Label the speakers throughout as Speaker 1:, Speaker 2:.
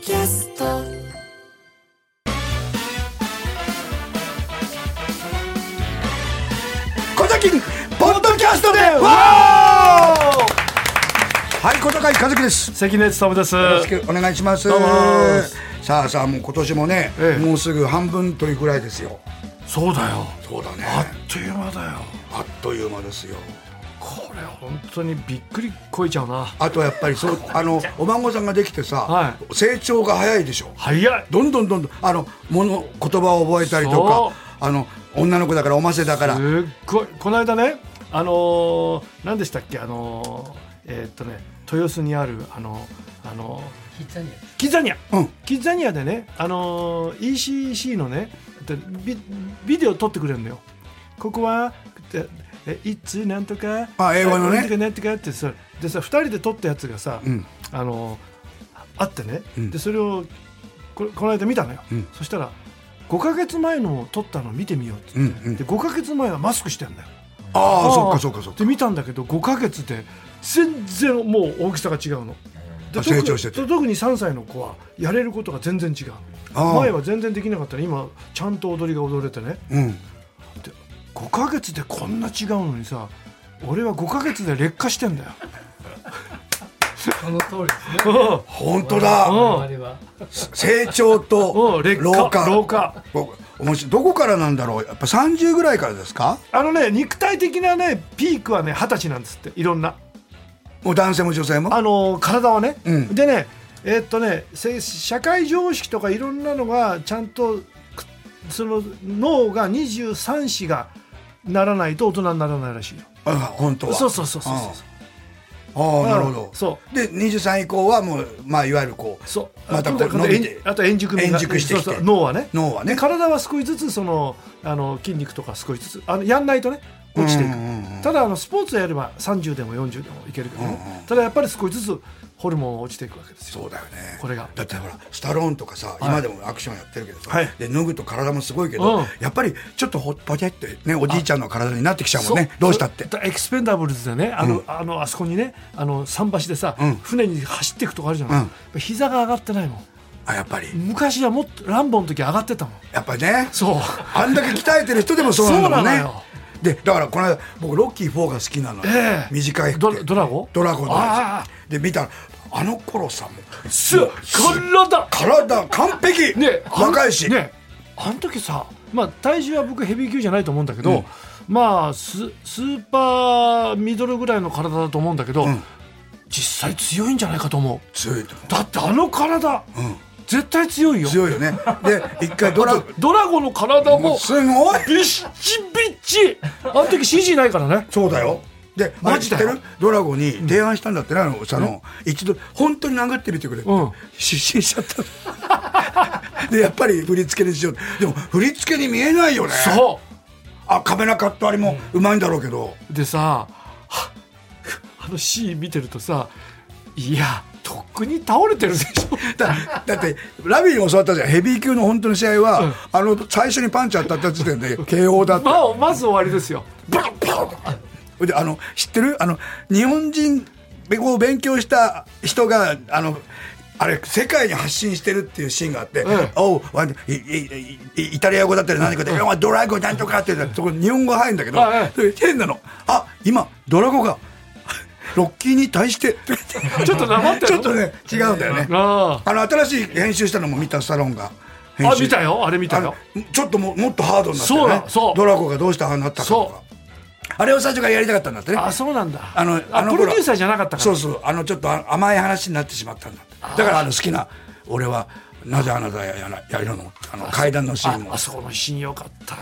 Speaker 1: キャスト
Speaker 2: 小崎ポッドキャストでわーはい小坂井和樹ですよ
Speaker 3: 関根勤です。
Speaker 2: ろしくお願いします
Speaker 3: どうも
Speaker 2: さあさあもう今年もね、
Speaker 3: ええ
Speaker 2: もうすぐ半分というぐらいですよ
Speaker 3: そうだよ。
Speaker 2: そうだね
Speaker 3: あっという間だよ。
Speaker 2: あっという間ですよ
Speaker 3: これ本当にびっくりこいちゃうな。
Speaker 2: あとはやっぱり そうあのお孫さんができてさ、
Speaker 3: は
Speaker 2: 成長が早いでしょ
Speaker 3: 早い。
Speaker 2: どんどんどんどんあのもの言葉を覚えたりと
Speaker 3: そう
Speaker 2: かあの女の子だからおませだから
Speaker 3: すっごい。この間ね、あのー、何でしたっけ、あのー、えーっとね、豊洲にある、あのー、あのー、キッザニア。
Speaker 2: うん
Speaker 3: キッザニアでね、あのー、ECC のねえっとビ、ビデオ撮ってくれるのよ。ここは、ええいつなんとか、
Speaker 2: あ英語のね
Speaker 3: なんとかなんとかってさ、でさ、2人で撮ったやつがさ、
Speaker 2: うん
Speaker 3: あのあってね、
Speaker 2: うん
Speaker 3: でそれをここの間見たのよ、
Speaker 2: うん
Speaker 3: そしたら5か月前のを撮ったのを見てみようって
Speaker 2: うん
Speaker 3: 言っ
Speaker 2: う
Speaker 3: て、
Speaker 2: ん
Speaker 3: で5か月前はマスクしてんだよ
Speaker 2: あ
Speaker 3: あ
Speaker 2: あ
Speaker 3: ー
Speaker 2: そっかそっかそっか
Speaker 3: で見たんだけど5か月で全然もう大きさが違うので
Speaker 2: あ
Speaker 3: 特に
Speaker 2: 成長してて
Speaker 3: と特に3歳の子はやれることが全然違う
Speaker 2: あー
Speaker 3: 前は全然できなかったら今ちゃんと踊りが踊れてね
Speaker 2: うん
Speaker 3: 5か月でこんな違うのにさ俺は5か月で劣化してんだよ
Speaker 4: その通りですね。
Speaker 3: うん
Speaker 2: 本当だ
Speaker 4: 我々は。
Speaker 2: 成長
Speaker 3: う
Speaker 2: と
Speaker 3: ん劣化
Speaker 2: 老化
Speaker 3: 老化
Speaker 2: お面白いどこからなんだろうやっぱ30ぐらいからですか
Speaker 3: あのね肉体的なねピークはね二十歳なんですっていろんな
Speaker 2: もう男性も女性も
Speaker 3: あのー体はね、
Speaker 2: うん
Speaker 3: でねえーっとねせ社会常識とかいろんなのがちゃんとくその脳が23子がならないと大人にならないらしいよ
Speaker 2: あ本当は
Speaker 3: そうそうそうそうそう
Speaker 2: ああなるほ
Speaker 3: う
Speaker 2: ど
Speaker 3: んそう
Speaker 2: で23以降はもうまあいわゆるこう
Speaker 3: そう
Speaker 2: またこう
Speaker 3: あとあと
Speaker 2: 伸びて
Speaker 3: 円あと円熟味が
Speaker 2: 円熟してきて
Speaker 3: そうそう脳はね
Speaker 2: 脳はね
Speaker 3: で体は少しずつそのあの筋肉とか少しずつあのやんないとね落ちていく、
Speaker 2: うんうんうん
Speaker 3: ただあのスポーツをやれば30でも40でもいけるけどね、
Speaker 2: うんうん
Speaker 3: ただやっぱり少しずつホルモンが落ちていくわけですよ
Speaker 2: そうだよね
Speaker 3: これが
Speaker 2: だってほらスタローンとかさ、今でもアクションやってるけどさ、
Speaker 3: はい
Speaker 2: で脱ぐと体もすごいけど、
Speaker 3: うん
Speaker 2: やっぱりちょっとほポテってねおじいちゃんの体になってきちゃうもんね
Speaker 3: そ
Speaker 2: どうしたって
Speaker 3: だエクスペンダブルズでねあの、あのあそこにねあの桟橋でさ、
Speaker 2: うん
Speaker 3: 船に走っていくとこあるじゃない、
Speaker 2: うん
Speaker 3: やっぱ膝が上がってないもん
Speaker 2: あやっぱり
Speaker 3: 昔はもっとランボの時上がってたもん
Speaker 2: やっぱりね
Speaker 3: そう
Speaker 2: あんだけ鍛えてる人でもそうなんだもん
Speaker 3: そう
Speaker 2: ね
Speaker 3: なのよ
Speaker 2: でだからこの間僕ロッキー4が好きなのよ、
Speaker 3: ええ
Speaker 2: 短い服
Speaker 3: ドドラゴ
Speaker 2: ドラゴンのや
Speaker 3: あ
Speaker 2: つで見たらあの頃さもう
Speaker 3: すっ体
Speaker 2: 体完璧、
Speaker 3: ねあん
Speaker 2: 若いし、
Speaker 3: ねあの時さまあ体重は僕ヘビー級じゃないと思うんだけど、まあススーパーミドルぐらいの体だと思うんだけど、
Speaker 2: ん
Speaker 3: 実際強いんじゃないかと思う
Speaker 2: 強いと思
Speaker 3: だってあの体、絶対強いよ
Speaker 2: う強いよねで一回ドラゴ
Speaker 3: ドラゴンの体も
Speaker 2: ンすごい
Speaker 3: ビッチビッチあの時 CG ないからね
Speaker 2: そうだよ。で、マ
Speaker 3: マ
Speaker 2: ジ知
Speaker 3: ジ
Speaker 2: っ
Speaker 3: だ
Speaker 2: て
Speaker 3: よ
Speaker 2: るドラゴンに提案したんだってな、あの、その、一度、本当に殴ってみてくれって
Speaker 3: うん、
Speaker 2: 失神しちゃった。 で、やっぱり振り付けにしよう。でも、振り付けに見えないよね。
Speaker 3: そ
Speaker 2: あ、カメラカットあれもうまいんだろうけど、
Speaker 3: うでさはあのシーン見てるとさいやとっくに倒れてるでしょ
Speaker 2: だだって、ラビーに教わったじゃん。ヘビー級の本当の試合は、
Speaker 3: うん
Speaker 2: あの、最初にパンチ当たった時点で、KO だった。
Speaker 3: まあまず終わりですよ
Speaker 2: バンバンで、あの、知ってるあの、日本人を勉強した人が、あの、あれ、世界に発信してるっていうシーンがあって、
Speaker 3: うん
Speaker 2: おうわいいいいイタリア語だったり何かで、おいドラゴンなんとかって言ったらそこに日本語入るんだけど、
Speaker 3: はいはい
Speaker 2: それ変なの。あ、今、ドラゴンが、ロッキーに対して、
Speaker 3: ちょっと黙って
Speaker 2: ち
Speaker 3: る
Speaker 2: ょっとね、違うんだよね。
Speaker 3: あ
Speaker 2: あの、新しい編集したのも見たスタローンが。
Speaker 3: ああ見たよあれ見たよ
Speaker 2: あのちょっとももっとハードになって
Speaker 3: そう
Speaker 2: ね
Speaker 3: だそう
Speaker 2: ドラゴンがどうしてああなったかと
Speaker 3: そ
Speaker 2: かあれを最初からやりたかったんだってね
Speaker 3: あそうなんだ
Speaker 2: あのあの
Speaker 3: プ
Speaker 2: 頃
Speaker 3: ロデューサーじゃなかったから
Speaker 2: そうそうあのちょっとあ甘い話になってしまったんだってだからあの好きな俺はなぜあなたややなやるのあの階段のシーン
Speaker 3: あ
Speaker 2: も
Speaker 3: あそこのシーンよかったよ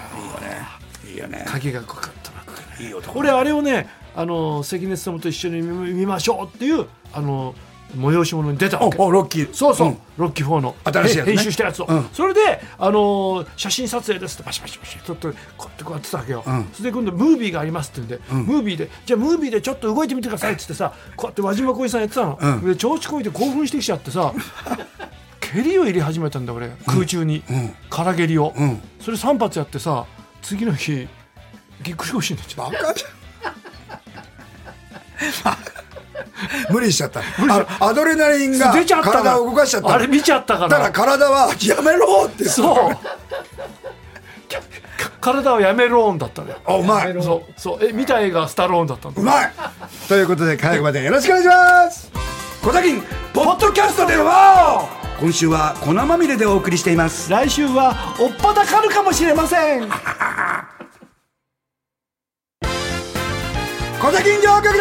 Speaker 2: いいよね
Speaker 3: 鍵が濃かったなこれ
Speaker 2: いい男
Speaker 3: 俺あれをねあの関根勤と一緒に見見ましょうっていうあの催し物に出た
Speaker 2: お
Speaker 3: わけ
Speaker 2: おロッキー
Speaker 3: そうそう、
Speaker 2: ん
Speaker 3: ロッキー4の
Speaker 2: 新しいやつね
Speaker 3: へ編集したやつを、
Speaker 2: うん
Speaker 3: それで、あのー写真撮影ですってバシバシバシ撮ってこうやってこうやってたわけよ、
Speaker 2: ん
Speaker 3: それで今度ムービーがありますって言うんで、ムービーでじゃあムービーでちょっと動いてみてくださいっつってさこうやって和島浩二さんやってたの、
Speaker 2: うん
Speaker 3: で調子こいて興奮してきちゃってさ蹴りを入れ始めたんだ俺空中に、
Speaker 2: ん
Speaker 3: 空蹴りを、
Speaker 2: うん
Speaker 3: それ3発やってさ次の日ぎっくり腰になっちゃっ
Speaker 2: バカじゃん無理しちゃったあのアドレナリンが
Speaker 3: 出ちゃったから
Speaker 2: 体を動かしちゃった
Speaker 3: あれ見ちゃったか
Speaker 2: だからら体はやめろって
Speaker 3: そう体をやめろーんだったね
Speaker 2: あうまい
Speaker 4: ろ
Speaker 3: そうそうえ見た映画スタローンだったんだ
Speaker 2: うまいということで最後までよろしくお願いします小崎ポッドキャストでは今週は粉まみれでお送りしています
Speaker 3: 来週はおっぱたかるかもしれません
Speaker 2: 小崎上局で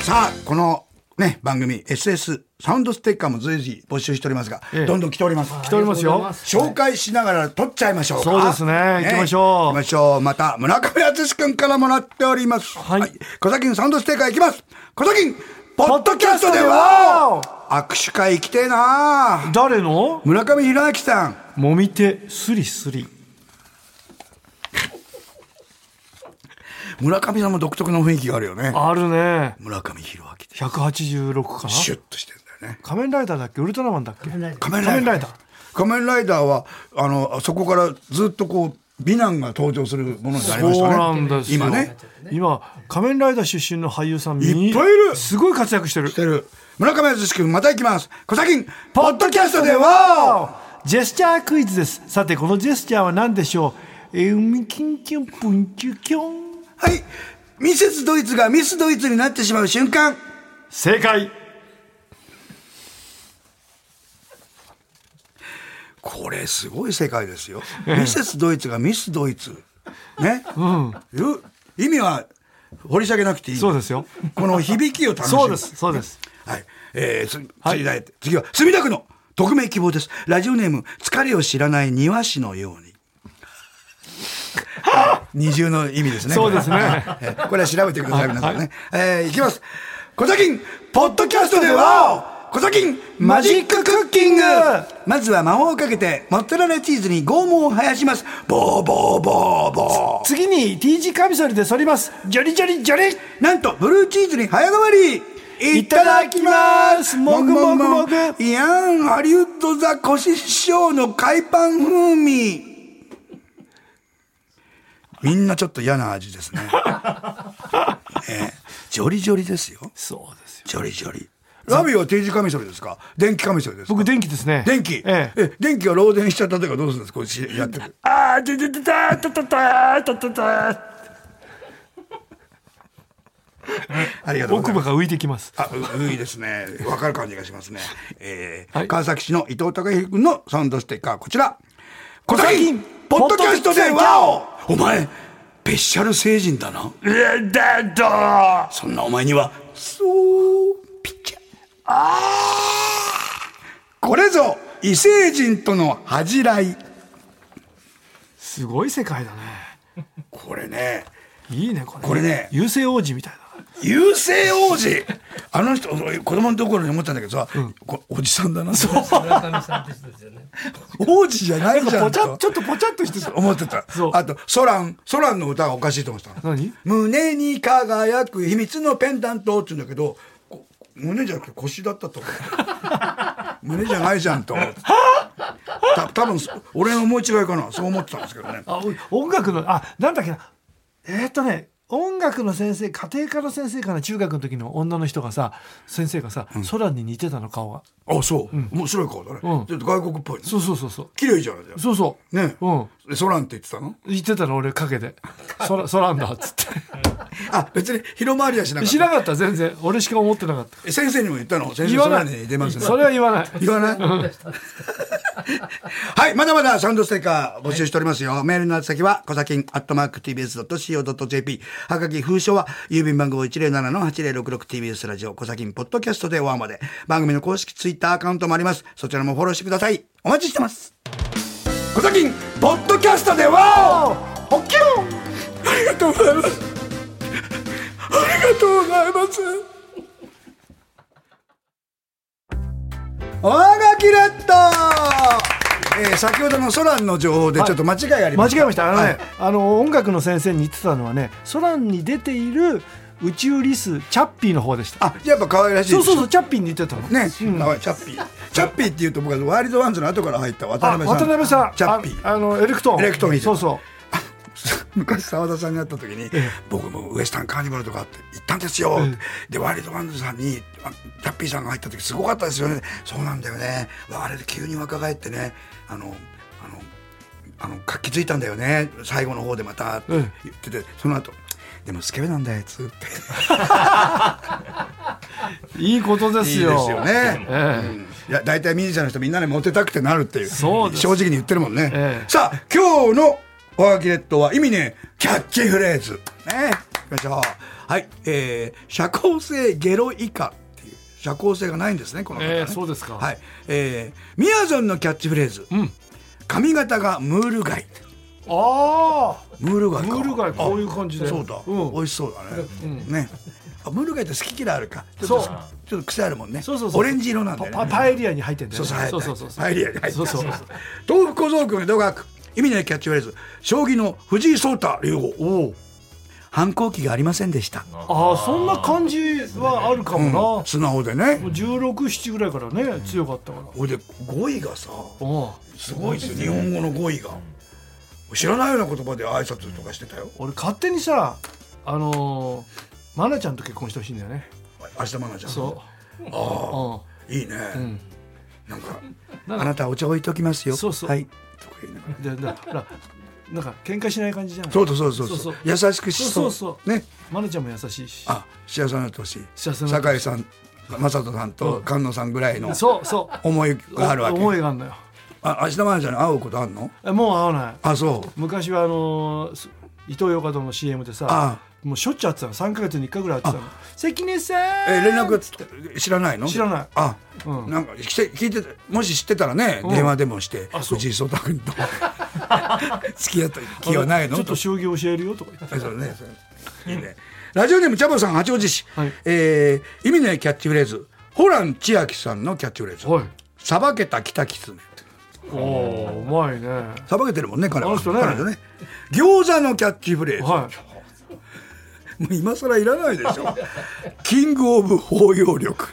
Speaker 2: すさあこのね番組 SS サウンドステッカーも随時募集しておりますが、
Speaker 3: ええ
Speaker 2: どんどん来ております
Speaker 3: 来ておりますよ
Speaker 4: ありがとうございます
Speaker 2: 紹介しながら撮っちゃいましょうか
Speaker 3: そうですね行きましょう
Speaker 2: 行きましょうまた村上敦君からもらっております
Speaker 3: はい
Speaker 2: 小崎サウンドステッカーいきます小崎ポッドキャストで
Speaker 3: ポッド
Speaker 2: は
Speaker 3: キャス
Speaker 2: 握手会行きてえな
Speaker 3: 誰の
Speaker 2: 村上弘明さん
Speaker 3: もみ手スリスリ
Speaker 2: 村上さんも独特の雰囲気があるよね
Speaker 3: あるね
Speaker 2: 村上弘明って
Speaker 3: 186かな
Speaker 2: シュッとしてるんだよね
Speaker 3: 仮面ライダーだっけウルトラマンだっけ
Speaker 2: 仮面ライダー
Speaker 3: 仮面ライダー
Speaker 2: 仮面ライダーはあのそこからずっとこう美男が登場するものになりまし
Speaker 3: そう
Speaker 2: た
Speaker 3: な
Speaker 2: ね
Speaker 3: んですよ
Speaker 2: 今ね
Speaker 3: 今仮面ライダー出身の俳優さんみ
Speaker 2: いっぱいいる
Speaker 3: すごい活躍してる
Speaker 2: してる村上敦君また行きます小崎ポッドキャストでは
Speaker 3: ジェスチャークイズですさてこのジェスチャーは何でしょうえーみきんきゅんぷんきゅきょん
Speaker 2: はいミセスドイツがミスドイツになってしまう瞬間
Speaker 3: 正解
Speaker 2: これすごい世界ですよミセスドイツがミスドイツね、いう意味は掘り下げなくていい
Speaker 3: そうですよ
Speaker 2: この響きを楽しむ
Speaker 3: そうですそうです
Speaker 2: はい。えー、す次だい次は、墨田区の匿名希望です。ラジオネーム、疲れを知らない庭師の ように。二重の意味ですね。
Speaker 3: そうです
Speaker 2: こ
Speaker 3: ね
Speaker 2: れはえーこれは調べてください、皆さんね。えー、いきます。小崎ポッドキャストでは、小崎マジッククッキングまずは魔法をかけて、モッツァレラチーズに拷問を生やします。ボーボーボーボ
Speaker 3: 次に T 字カミソリで反りますジョリジョリジョリ
Speaker 2: ー。なんと、ブルーチーズに早変わり
Speaker 3: いただきますもぐもぐもぐ
Speaker 2: いやん、ハリウッドザコシショウの海パン風味。みんなちょっと嫌な味ですね。 ええジョリジョリですよ。
Speaker 3: そうですよ
Speaker 2: ジョリジョリ。ラビは定時カミソリですか電気カミソリですか
Speaker 3: 僕電気ですね
Speaker 2: 電気、
Speaker 3: ええ
Speaker 2: え電気が漏電しちゃったとかどうするんですかこうしやってる。
Speaker 3: あーててててたたたたたたた
Speaker 2: ありがとうございます
Speaker 3: 奥歯。が浮いてきます
Speaker 2: あ、ういいですね。わかる感じがしますね。えー
Speaker 3: はい
Speaker 2: 川崎市の伊藤隆之君のサウンドステッカー、こちら。小崎
Speaker 3: 崎
Speaker 2: ポッドキャストで
Speaker 3: ポッドキャストで
Speaker 2: ワオお前、ペシャル成人だな。
Speaker 3: だだ
Speaker 2: そんなお前には、そう、ピッチャー。あーこれぞ、異星人との恥じらい。
Speaker 3: すごい世界だね
Speaker 2: これね、
Speaker 3: いいねこれ
Speaker 2: これね
Speaker 3: 優勢王子みたい
Speaker 2: 優勢王子。あの人、俺子供のところに思ったんだけどさ、こおじさんだな。
Speaker 4: 村上さんって人ですよね。
Speaker 2: 王子じゃないじ
Speaker 3: だ
Speaker 2: ゃ
Speaker 3: なぽ
Speaker 2: ん
Speaker 3: ち
Speaker 2: と。
Speaker 3: ゃちょっとぽちゃっとしてた
Speaker 2: 思ってた
Speaker 3: そう
Speaker 2: あとソランソランの歌がおかしいと思ってたの
Speaker 3: 何
Speaker 2: 胸に輝く秘密のペンダントって言うんだけどこ胸じゃなくて腰だったと思 う胸じゃないじゃんと思ってた多分そ俺の思い違いかなそう思ってたんですけどね
Speaker 3: あお音楽のあなんだっけなえーっとね音楽の先生家庭科の先生かな中学の時の女の人がさ先生がさ、空に似てたの顔が
Speaker 2: あそう、面白い顔だね、
Speaker 3: うん
Speaker 2: ちょっと外国っぽいね
Speaker 3: そうそうそうそう
Speaker 2: 綺麗じゃないじゃん
Speaker 3: そうそう
Speaker 2: ね
Speaker 3: うん
Speaker 2: でソランって言ってたの
Speaker 3: 言ってたの俺陰 で「そらそらんだ」っつ っ
Speaker 2: あ別に広まりはしなか
Speaker 3: て
Speaker 2: っ
Speaker 3: 知
Speaker 2: た
Speaker 3: らなかった全然俺しか思ってなかった
Speaker 2: え先生にも言ったの先生
Speaker 3: 言わ
Speaker 2: ソ
Speaker 3: な
Speaker 2: ラ
Speaker 3: い
Speaker 2: ンに出ますね
Speaker 3: それは言わない
Speaker 2: 言わない はい、まだまだサウンドステッカー募集しておりますよ。メールの宛先は、小崎ん、アットマーク tbs.co.jp。はがき封書は、郵便番号 107-8066tbs ラジオ、小崎ん、ポッドキャストでおわまで。番組の公式ツイッターアカウントもあります。そちらもフォローしてください。お待ちしてます。小崎ん、ポッドキャストではおっきゅんありがとうございます。ありがとうございます。おはがきレッド、えー、先ほどのソランの情報でちょっと間違いありま
Speaker 3: 間
Speaker 2: した、
Speaker 3: 違えましたあのね、
Speaker 2: はい
Speaker 3: あの音楽の先生に言ってたのはね空に出ている宇宙リスチャッピーの方でした
Speaker 2: あやっぱ可愛らしいでし
Speaker 3: そ
Speaker 2: ょ
Speaker 3: うそうそうチャッピーに似てたの
Speaker 2: ね、可愛いチャッピーチャッピーっていうと僕はワイルドワンズの後から入った渡
Speaker 3: あ
Speaker 2: 辺さん
Speaker 3: 渡辺さん
Speaker 2: チャッピー
Speaker 3: ああのエレクトーン
Speaker 2: エレクトーンいいじゃん
Speaker 3: そうそう
Speaker 2: 昔澤田さんに会った時に「僕もウエスタンカーニバルとかって行ったんですよ」でワイルドワンズさんにあラッピーさんが入った時すごかったですよねそうなんだよねわあれで急に若返ってねあのあのあの活気づいたんだよね最後の方でまたって言ってて、その後でもスケベなんだよあいつって
Speaker 3: いいことですよ
Speaker 2: いいですよね、
Speaker 3: ええ
Speaker 2: うんいや大体ミュージシャンの人みんなでモテたくてなるっていう
Speaker 3: そうです
Speaker 2: 正直に言ってるもんね、
Speaker 3: ええ
Speaker 2: さあ今日のおはがきレッドは意味ねキャッチフレーズねいきましょうはいえー、社交性ゲロ以下っていう社交性がないんですねこの方ね、
Speaker 3: ええそうですか
Speaker 2: はいえー、みやぞんのキャッチフレーズ、
Speaker 3: うん
Speaker 2: 髪型がムール貝
Speaker 3: ああ
Speaker 2: ムール貝か
Speaker 3: ムール貝こういう感じで
Speaker 2: あそうだ、
Speaker 3: うん
Speaker 2: 美味しそうだね、ねあムール貝って好き嫌いあるかちょっ
Speaker 3: そ
Speaker 2: と
Speaker 3: う
Speaker 2: ちょっと癖あるもんね
Speaker 3: そうそうそう
Speaker 2: オレンジ色なんだよね
Speaker 3: パパエリアに入ってんだよ
Speaker 2: そう
Speaker 3: ね
Speaker 2: そう入った
Speaker 3: そうそうそう
Speaker 2: パエリアに入った
Speaker 3: そうそう
Speaker 2: 豆腐小僧君同学意味ないキャッチフレーズ将棋の藤井聡太竜王
Speaker 3: おう
Speaker 2: 反抗期がありませんでした、
Speaker 3: ああそんな感じはあるか
Speaker 2: うん
Speaker 3: もな、
Speaker 2: 素直でね
Speaker 3: 1617ぐらいからね強かったから
Speaker 2: ほいで語彙がさ
Speaker 3: おう
Speaker 2: すごいですよ日本語の語彙が知らないような言葉で挨拶とかしてたよ
Speaker 3: 俺勝手にさあのー、マナちゃんと結婚してほしいんだよね
Speaker 2: 明日マナちゃん
Speaker 3: そ
Speaker 2: あ
Speaker 3: う
Speaker 2: あいいね、
Speaker 3: うんうん
Speaker 2: なんか
Speaker 3: なん
Speaker 2: あ
Speaker 3: か
Speaker 2: なたお茶置いておきますよ
Speaker 3: そうそう
Speaker 2: はいとか言いながら
Speaker 3: でだからなんか喧嘩しない感じじゃない
Speaker 2: そうだそうだそうだ
Speaker 3: そうそう
Speaker 2: 優しくしそう
Speaker 3: そうそうそう
Speaker 2: ね
Speaker 3: マナちゃんも優しいし
Speaker 2: あ幸せになってほしい
Speaker 3: 幸せになって
Speaker 2: 酒井さん雅人さんと菅野さんぐらいの
Speaker 3: そうそう
Speaker 2: 思いがあるわけ
Speaker 3: 思いがあるのよ
Speaker 2: あ明日マナちゃんに会うことあんの
Speaker 3: えもう会わない
Speaker 2: あそう
Speaker 3: 昔はあのーす伊藤洋華堂の CM でさ
Speaker 2: あ
Speaker 3: もうしょっちゅう会ってたの3か月に1回ぐらい会ってたの関根さ
Speaker 2: え
Speaker 3: ん
Speaker 2: 連絡知らないの
Speaker 3: 知らない
Speaker 2: あ、
Speaker 3: うん
Speaker 2: なんか聞いて聞いててもし知ってたらね、
Speaker 3: うん
Speaker 2: 電話でもして
Speaker 3: あそう
Speaker 2: 藤井聡太君 と付き合った気はないの
Speaker 3: ちょっと将棋教えるよとか言って
Speaker 2: あそうねそういいねラジオネームチャボさん八王子市、
Speaker 3: はい
Speaker 2: えー意味ないキャッチフレーズホラン千秋さんのキャッチフレーズ
Speaker 3: はい
Speaker 2: 「さばけた北狐」
Speaker 3: おおうまいね
Speaker 2: さばけてるもんね彼
Speaker 3: あ
Speaker 2: は
Speaker 3: の人ね
Speaker 2: 彼女ね餃子のキャッチフレーズ、
Speaker 3: はい
Speaker 2: もう今更いらないでしょ キングオブ包容力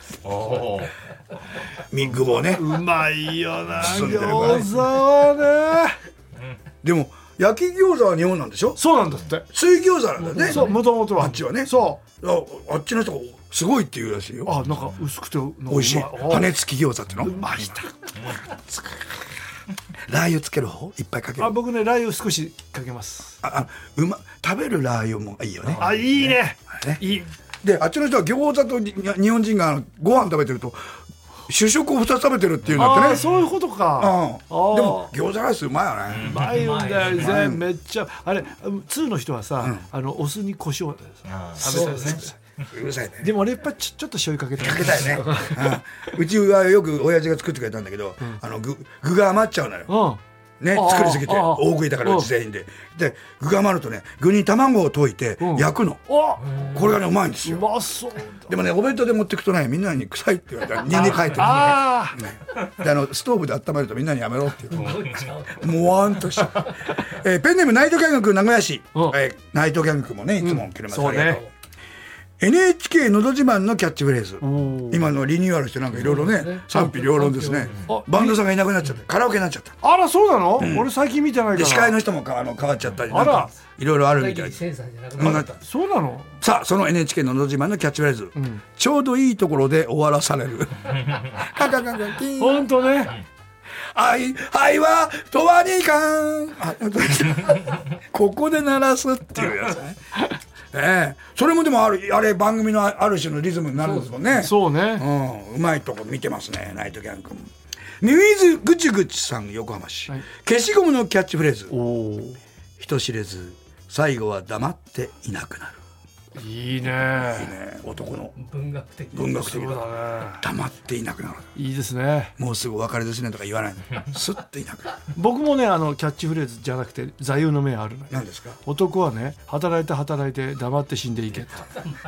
Speaker 2: ミッグボーね
Speaker 3: うまいよな
Speaker 2: 包んでるからね
Speaker 3: 餃子はね
Speaker 2: でも焼き餃子は日本なんでしょ
Speaker 3: そうなんだって
Speaker 2: 水餃子なんだよね
Speaker 3: そうもともとは
Speaker 2: あっちはね
Speaker 3: そ
Speaker 2: ああっちの人がすごいって言うらしいうよ
Speaker 3: あなんか薄くてなんか
Speaker 2: 美味しい
Speaker 3: あー
Speaker 2: 羽根付き餃子っての
Speaker 3: うまいな
Speaker 2: ラー油つける方いっぱいかける
Speaker 3: あ僕ねラー油少しかけます
Speaker 2: ああうま食べるラー油もいいよね
Speaker 3: あいいね
Speaker 2: あれね
Speaker 3: いい
Speaker 2: であっちの人は餃子とに日本人があのご飯食べてると主食を2つ食べてるっていうんだって
Speaker 3: あ
Speaker 2: ね
Speaker 3: ーそういうこと
Speaker 2: うん、で
Speaker 3: かあ
Speaker 2: も
Speaker 3: あ
Speaker 2: 餃子ライスうまいよね、
Speaker 3: うまいんだよ
Speaker 4: うまい
Speaker 3: 全めっちゃあれ通の人はさ、あのお酢に胡椒食べたいですね
Speaker 2: うるさいね。
Speaker 3: でもあれやっぱちょちょっと醤油かけてか
Speaker 2: かけたいね。うんうちはよく親父が作ってくれたんだけど、あの具具が余っちゃうのよ。
Speaker 3: う
Speaker 2: ね、
Speaker 3: ああ
Speaker 2: 作りすぎて
Speaker 3: ああ
Speaker 2: 大食いだからうち全員で。で具が余るとね具に卵を溶いて
Speaker 3: ん
Speaker 2: 焼くの。
Speaker 3: んあ
Speaker 2: これがねうまいんです
Speaker 3: う
Speaker 2: よ。
Speaker 3: まそう
Speaker 2: でもねお弁当で持ってくとねみんなに臭いって言われたらニンニク入ってる。
Speaker 3: ああ
Speaker 2: ねであのストーブで温めるとみんなにやめろっていうもわんとした、えーペンネームナイトキャング名古屋市、
Speaker 3: うん
Speaker 2: えーナイトキャングもねいつも来れます、
Speaker 3: そう
Speaker 2: あ
Speaker 3: ね
Speaker 2: りがとう NHK のど自慢のキャッチフレーズ
Speaker 3: おー
Speaker 2: 今のリニューアルしてなんかいろいろね賛否両論ですね
Speaker 3: あ
Speaker 2: バンドさんがいなくなっちゃってカラオケになっちゃった
Speaker 3: あらそうなの、俺最近見てないか
Speaker 2: で
Speaker 3: ら
Speaker 2: 司会の人もかあの変わっちゃったりなん
Speaker 3: あら
Speaker 2: かいろいろあるみたい
Speaker 4: 大
Speaker 2: で
Speaker 4: 器
Speaker 2: す
Speaker 4: 生産じゃなく
Speaker 2: もう
Speaker 4: な
Speaker 2: な
Speaker 4: っ
Speaker 2: ん
Speaker 4: た
Speaker 2: か
Speaker 3: そうなの
Speaker 2: さあその NHK の「のど自慢」のキャッチフレーズ、ちょうどいいところで終わらされ るカカカカキーン
Speaker 3: 本当ね
Speaker 2: 愛愛はとわにいかんあ ここで鳴らすっていうやつねええそれもでもあるあれ番組のあある種のリズムになるんですもんね
Speaker 3: そうね
Speaker 2: うん、うまいとこ見てますねナイトギャン君ミューズぐちぐちさん横浜市、
Speaker 3: はい
Speaker 2: 消しゴムのキャッチフレーズ
Speaker 3: おお
Speaker 2: 人知れず最後は黙っていなくなる、
Speaker 3: いいね
Speaker 2: ね、男の
Speaker 4: 文学的
Speaker 2: 文学的
Speaker 3: そう
Speaker 2: だ
Speaker 3: だね
Speaker 2: 黙っていなくなる
Speaker 3: いいですね
Speaker 2: もうすぐお別れですねとか言わない のスッていなくなる
Speaker 3: 僕もねあのキャッチフレーズじゃなくて座右の銘あるのよ
Speaker 2: 何ですか
Speaker 3: 男はね働いて働いて黙って死んでいけと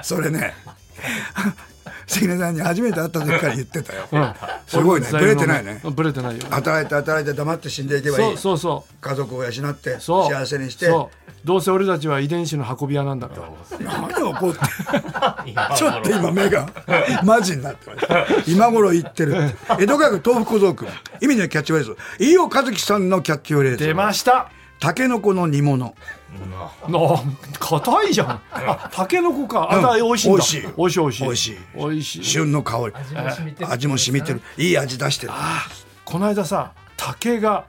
Speaker 2: それね 関根さんに初めて会った時から言ってたよ、
Speaker 3: うん
Speaker 2: すごいね
Speaker 3: 座右
Speaker 2: ブ
Speaker 3: の銘
Speaker 2: レてないね
Speaker 3: うんブレてないよ
Speaker 2: 働いて働いて黙って死んでいけばいい
Speaker 3: そうそうそ
Speaker 2: 家族を養って
Speaker 3: うそう
Speaker 2: 幸せにして
Speaker 3: そうどうせ俺たちは遺伝子の運び屋なんだから
Speaker 2: 何を怒って ちょっと今目がマジになってました今頃言ってる江戸川区東福小僧君意味のキャッチフレーズ飯尾和樹さんのキャッチフレーズ
Speaker 3: 出ました
Speaker 2: たけのこの煮物
Speaker 3: なあ硬いじゃんあタケノコかあだ、
Speaker 2: うん
Speaker 3: 美味しいんだ
Speaker 2: 美味しい
Speaker 3: 美味しい美味しい
Speaker 2: 美味しい
Speaker 3: 美味しい
Speaker 2: 旬の香り
Speaker 4: 味も染みてる
Speaker 2: 味も染みてるいい味出してるあ
Speaker 3: この間さ竹が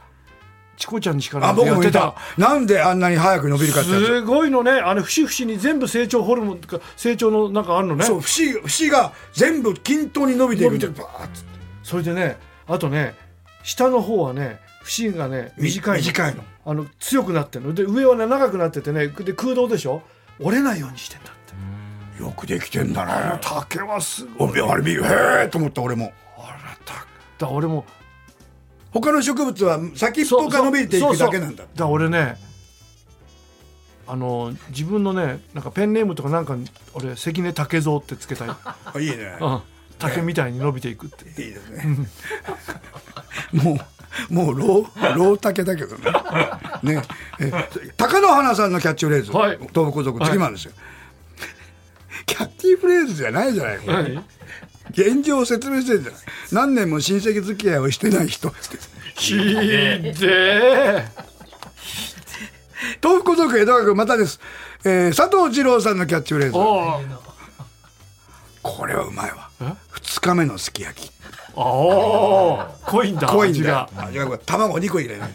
Speaker 3: チコちゃんに叱られて
Speaker 2: 僕
Speaker 3: やっ
Speaker 2: も
Speaker 3: て
Speaker 2: 見
Speaker 3: た
Speaker 2: たなんであんなに早く伸びるかってやつ
Speaker 3: すごいのねあの節々に全部成長ホルモンとか成長のなんかあるのね
Speaker 2: そう
Speaker 3: そ
Speaker 2: 節節が全部均等に伸びていくんだよ
Speaker 3: 伸びれでねあとね下の方はね節がね短いの
Speaker 2: 短いの
Speaker 3: あの強くなってるので上はね長くなっててねで空洞でしょ折れないようにしてんだって
Speaker 2: よくできてんだね
Speaker 3: 竹はすごい
Speaker 2: おびあれ見るへえと思った俺も
Speaker 3: あらただから俺も
Speaker 2: 他の植物は先っぽが伸びてい
Speaker 3: そう
Speaker 2: く
Speaker 3: そ
Speaker 2: だ
Speaker 3: う
Speaker 2: けなんだ
Speaker 3: だから俺ねあの自分のねなんかペンネームとかなんかに俺関根竹蔵ってつけ たい、
Speaker 2: あいいね
Speaker 3: うん、竹みたいに伸びていくって
Speaker 2: いいですねもうもう老老竹だけどねねえ高野花さんのキャッチフレーズ
Speaker 3: はい
Speaker 2: 「東北族」次なんですよ、キャッチフレーズじゃないじゃないこれ
Speaker 3: 何
Speaker 2: 現状を説明してるじゃない何年も親戚付き合いをしてない人
Speaker 3: ひでえ
Speaker 2: 東北族江戸川区またです、えー佐藤二郎さんのキャッチフレーズ
Speaker 3: おう
Speaker 2: これはうまいわ
Speaker 3: え
Speaker 2: 2日目のすき焼き
Speaker 3: あおう濃いんだ
Speaker 2: 濃いん
Speaker 3: 味
Speaker 2: だよ
Speaker 3: が
Speaker 2: 味が濃い卵2個入れない